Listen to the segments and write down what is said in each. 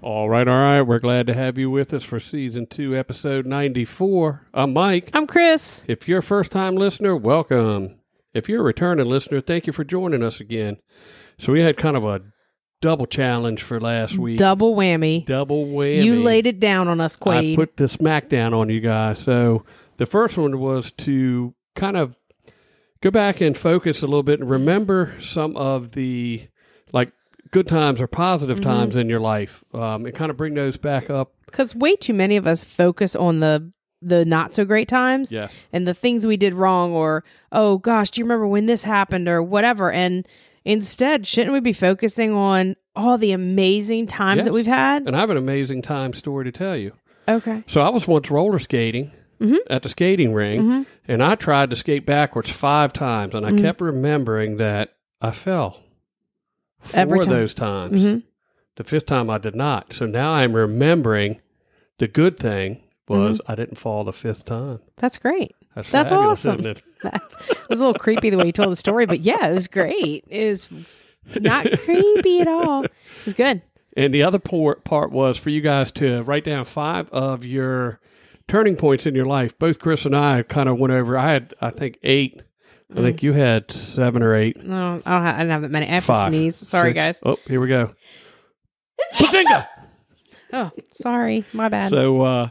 All right, all right. We're glad to have you with us for season two, episode 94. I'm Mike. I'm Chris. If you're a first time listener, welcome. If you're a returning listener, thank you for joining us again. So, we had kind of a double challenge for last week. Double whammy. double whammy. You laid it down on us, Quade. I put the smackdown on you guys. So the first one was to kind of go back and focus a little bit and remember some of the like good times or positive times in your life um, and kind of bring those back up. Because way too many of us focus on the the not so great times Yeah. and the things we did wrong or oh gosh, do you remember when this happened or whatever? And instead, shouldn't we be focusing on all the amazing times Yes. that we've had? And I have an amazing time story to tell you. Okay. So I was once roller skating Mm-hmm. at the skating ring, and I tried to skate backwards five times, and I Mm-hmm. kept remembering that I fell four Every of time. Mm-hmm. those times. The fifth time I did not. So now I'm remembering the good thing was I didn't fall the fifth time. That's great. That's, Mm-hmm. That's fabulous, awesome. Isn't it? That's, it was a little creepy the way you told the story, but yeah, it was great. It was not creepy at all. It was good. And the other por- part was for you guys to write down five of your turning points in your life. Both Chris and I kind of went over. I had, I think, eight. I Mm-hmm. think you had seven or eight. No, I don't. Have, I didn't have that many. I have Five. to sneeze. Sorry, six- guys. Oh, here we go. Bazinga! Oh, sorry. My bad. so, uh,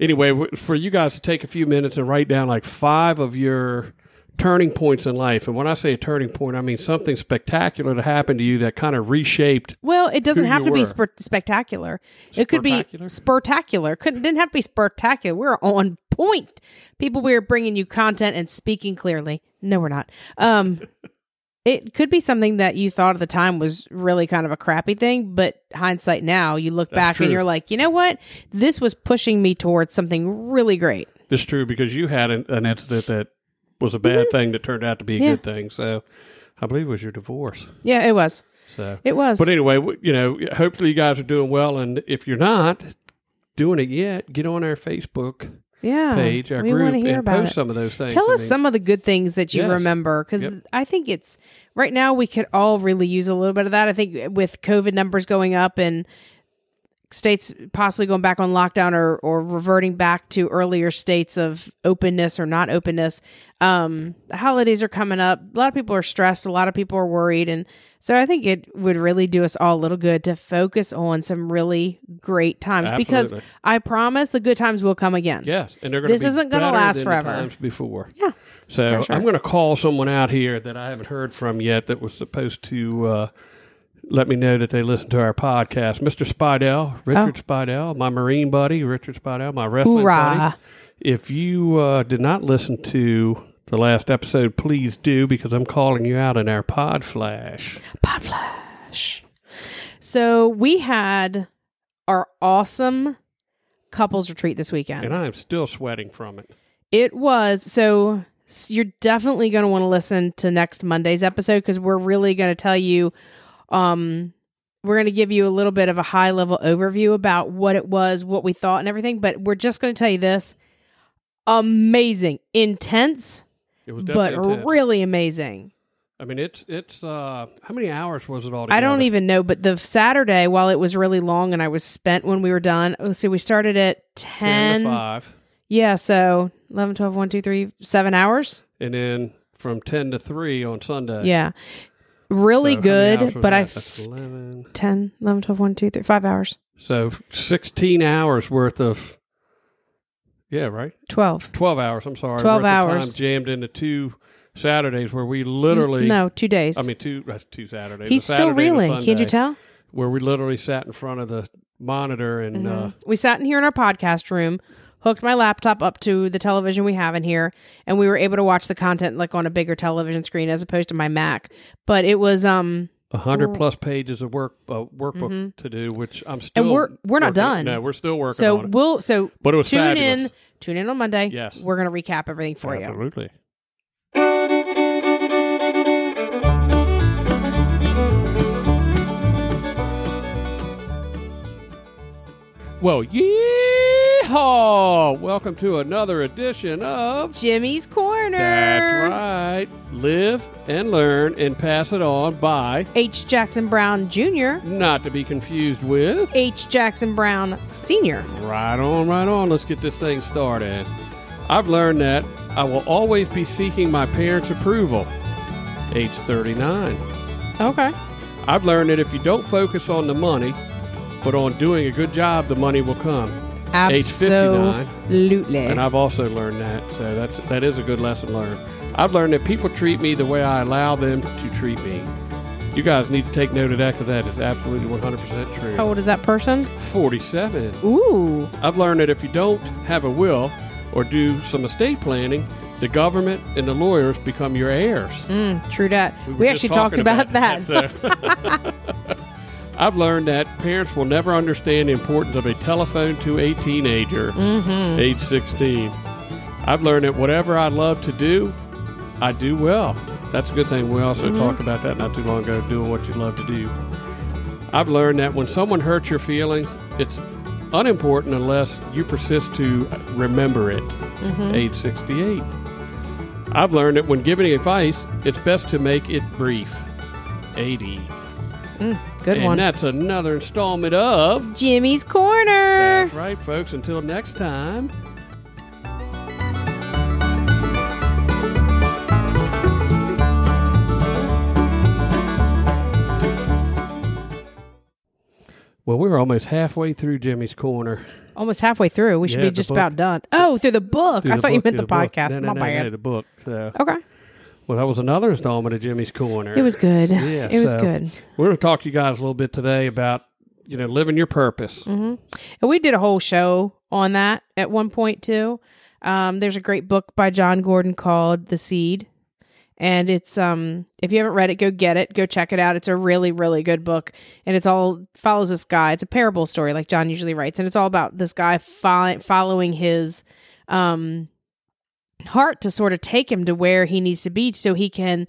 anyway, w- for you guys to take a few minutes and write down like five of your turning points in life. And when I say a turning point, I mean something spectacular that happened to you that kind of reshaped. well, it doesn't who have you to be were. spur- spectacular. It could be Spectacular? spectacular. Couldn't didn't have to be spectacular. We're on point, people. We're bringing you content and speaking clearly. No, we're not. Um, it could be something that you thought at the time was really kind of a crappy thing, but hindsight now, you look back true. and you're like, you know what? This was pushing me towards something really great. This is true because you had an, an incident that was a bad thing that turned out to be a Mm-hmm. Yeah. good thing. So, I believe it was your divorce. Yeah, it was. So, It was. But anyway, w- you know, hopefully you guys are doing well. And if you're not doing it yet, get on our Facebook yeah, page, our Oh, we group, wanna hear and about post it. some of those things. Tell I us mean, some of the good things that you Yes. remember because I think it's right now we could all really use a little bit of that. I think with COVID numbers going up and states possibly going back on lockdown or, or reverting back to earlier states of openness or not openness, um, the holidays are coming up. A lot of people are stressed, a lot of people are worried. And so I think it would really do us all a little good to focus on some really great times because Absolutely. I promise the good times will come again. Yes, and they're going to This be isn't gonna better last than the forever. times before. Yeah, So for sure. I'm going to call someone out here that I haven't heard from yet that was supposed to uh, let me know that they listened to our podcast. Mr. Spidell, Richard Spidell, my Marine buddy, Richard Spidell, my wrestling buddy. Oh. Hoorah. If you uh, did not listen to the last episode, please do because I'm calling you out in our pod flash. Podflash. So we had our awesome couples retreat this And weekend. I am still sweating from it. It was so s- you're definitely going to want to listen to next Monday's episode because we're really going to tell you um we're going to give you a little bit of a high level overview about what it was, what we thought and everything, but we're just going to tell you this amazing, intense, It was but definitely intense. really amazing. I mean, it's it's uh, how many hours was it all? Together? I don't even know, but the Saturday, while it was really long and I was spent when we were done, let's see, we started at 10. ten to five. yeah, so 11, 12, 1, 2, 3, 7 hours. and then from 10 to 3 on Sunday. Yeah. Really So how many hours good, was but that? I. That's F- 11. 10, 11, 12, 1, 2, 3, 5 hours. So 16 hours worth of Yeah, right? 12. 12 hours, I'm sorry. 12 worth of time hours. jammed into two Saturdays where we literally No, two days. I mean two that's two Saturdays. He's a still Saturday and a reeling. Can't Sunday, you tell? Mm-hmm. Where we literally sat in front of the monitor and uh We sat in here in our podcast room, hooked my laptop up to the television we have in here, and we were able to watch the content like on a bigger television screen as opposed to my Mac. But it was um A hundred plus pages of work uh, workbook to do, which I'm still. Mm-hmm. we're- we're not working- done. No, we're still working so on it. we'll so But it was tune in fabulous. tune in on Monday. Yes. We're gonna recap everything for you. Absolutely. Well, yeehaw! Welcome to another edition of. Jimmy's Corner. That's right. Live and learn and pass it on by H. Jackson Brown Jr. not to be confused with. H. Jackson Brown Sr. Right on, right on. Let's get this thing started. I've learned that I will always be seeking my parents' approval. Age 39. Okay. I've learned that if you don't focus on the money, but on doing a good job, the money will come. Age 59. And Absolutely. I've also learned that, so that's that is a good lesson learned. I've learned that people treat me the way I allow them to treat me. You guys need to take note of that because that is absolutely 100% true. How old is that person? 47. Ooh. I've learned that if you don't have a will or do some estate planning, the government and the lawyers become your heirs. Mm, true that. We, were just actually talked talking about, that. So- I've learned that parents will never understand the importance of a telephone to a teenager, Mm-hmm. age 16. I've learned that whatever I love to do, I do well. That's a good thing. We Mm-hmm. also talked about that not too long ago, doing what you love to do. I've learned that when someone hurts your feelings, it's unimportant unless you persist to remember it, Mm-hmm. age 68. I've learned that when giving advice, it's best to make it brief. 80. Good and one. that's another installment of. Jimmy's Corner. That's right, folks. Until next time. Well, we're almost halfway through Jimmy's Corner. Almost halfway through. We should Yeah, be the just book. about done. Oh, through the book. Through I thought you book, meant the, through book. podcast. No, no, My no, bad. no, the book. So, Okay. well, that was another installment of Jimmy's Corner. It was good. Yeah, it was so- good. We're going to talk to you guys a little bit today about you know living your purpose. And we did a whole show on that at one point too. Um, there's a great book by John Gordon called The Seed. And it's um if you haven't read it, go get it, go check it out. It's a really, really good book. And it's all follows this guy. It's a parable story like John usually writes, and it's all about this guy fol- following his um heart to sort of take him to where he needs to be so he can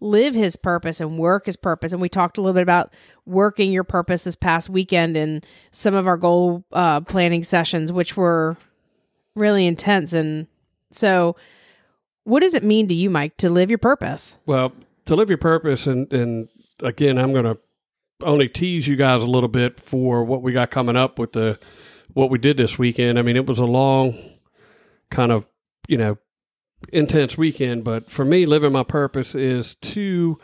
live his purpose and work his purpose. And we talked a little bit about working your purpose this past weekend in some of our goal uh, planning sessions, which were really intense. And so, what does it mean to you, Mike, to live your purpose? Well, to live your purpose, and and again, I'm going to only tease you guys a little bit for what we got coming up with the what we did this weekend. I mean, it was a long, kind of you know, intense weekend. But for me, living my purpose is to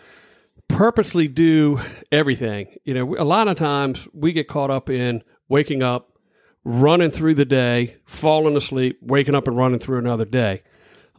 purposely do everything. You know, a lot of times we get caught up in waking up, running through the day, falling asleep, waking up and running through another day.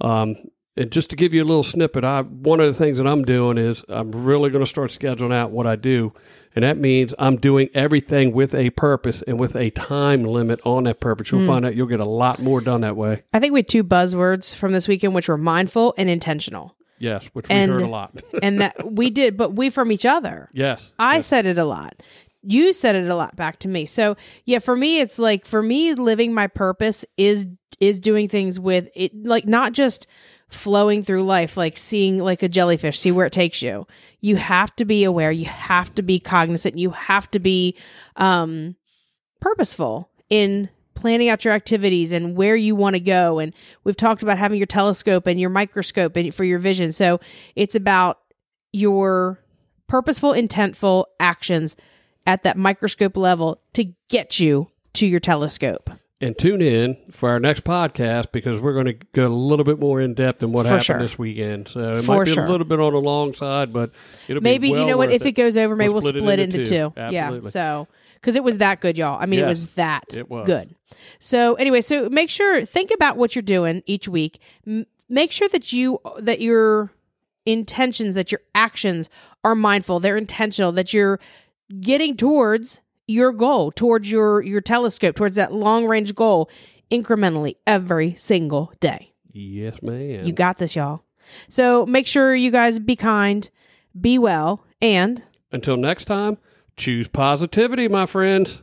Um, and just to give you a little snippet, I one of the things that I'm doing is I'm really going to start scheduling out what I do, and that means I'm doing everything with a purpose and with a time limit on that purpose. Hmm. You'll find out you'll get a lot more done that way. I think we had two buzzwords from this weekend, which were mindful and intentional. Yes, which we And- heard a lot. And that we did, but we from each other. yes, I said it a lot. You said it a lot back to me. So yeah, for me, it's like for me, living my purpose is is doing things with it, like not just flowing through life, like seeing like a jellyfish, see where it takes you. You have to be aware. You have to be cognizant. You have to be um, purposeful in planning out your activities and where you want to go and we've talked about having your telescope and your microscope and for your vision so it's about your purposeful intentful actions at that microscope level to get you to your telescope and tune in for our next podcast because we're going to go a little bit more in depth in what For happened sure. this weekend. So it For might be sure. a little bit on the long side, but it'll maybe be well you know what worth if it goes over maybe we'll We'll split, split it it into into, two. two, yeah Absolutely. so because it was that good y'all i mean it Yes, was that it was. good so anyway so make sure think about what you're doing each week M- make sure that you that your intentions that your actions are mindful they're intentional that you're getting towards your goal towards your your telescope towards that long range goal incrementally every single day. Yes, ma'am. You got this, y'all. So make sure you guys be kind, be well, and Until next time, choose positivity, my friends.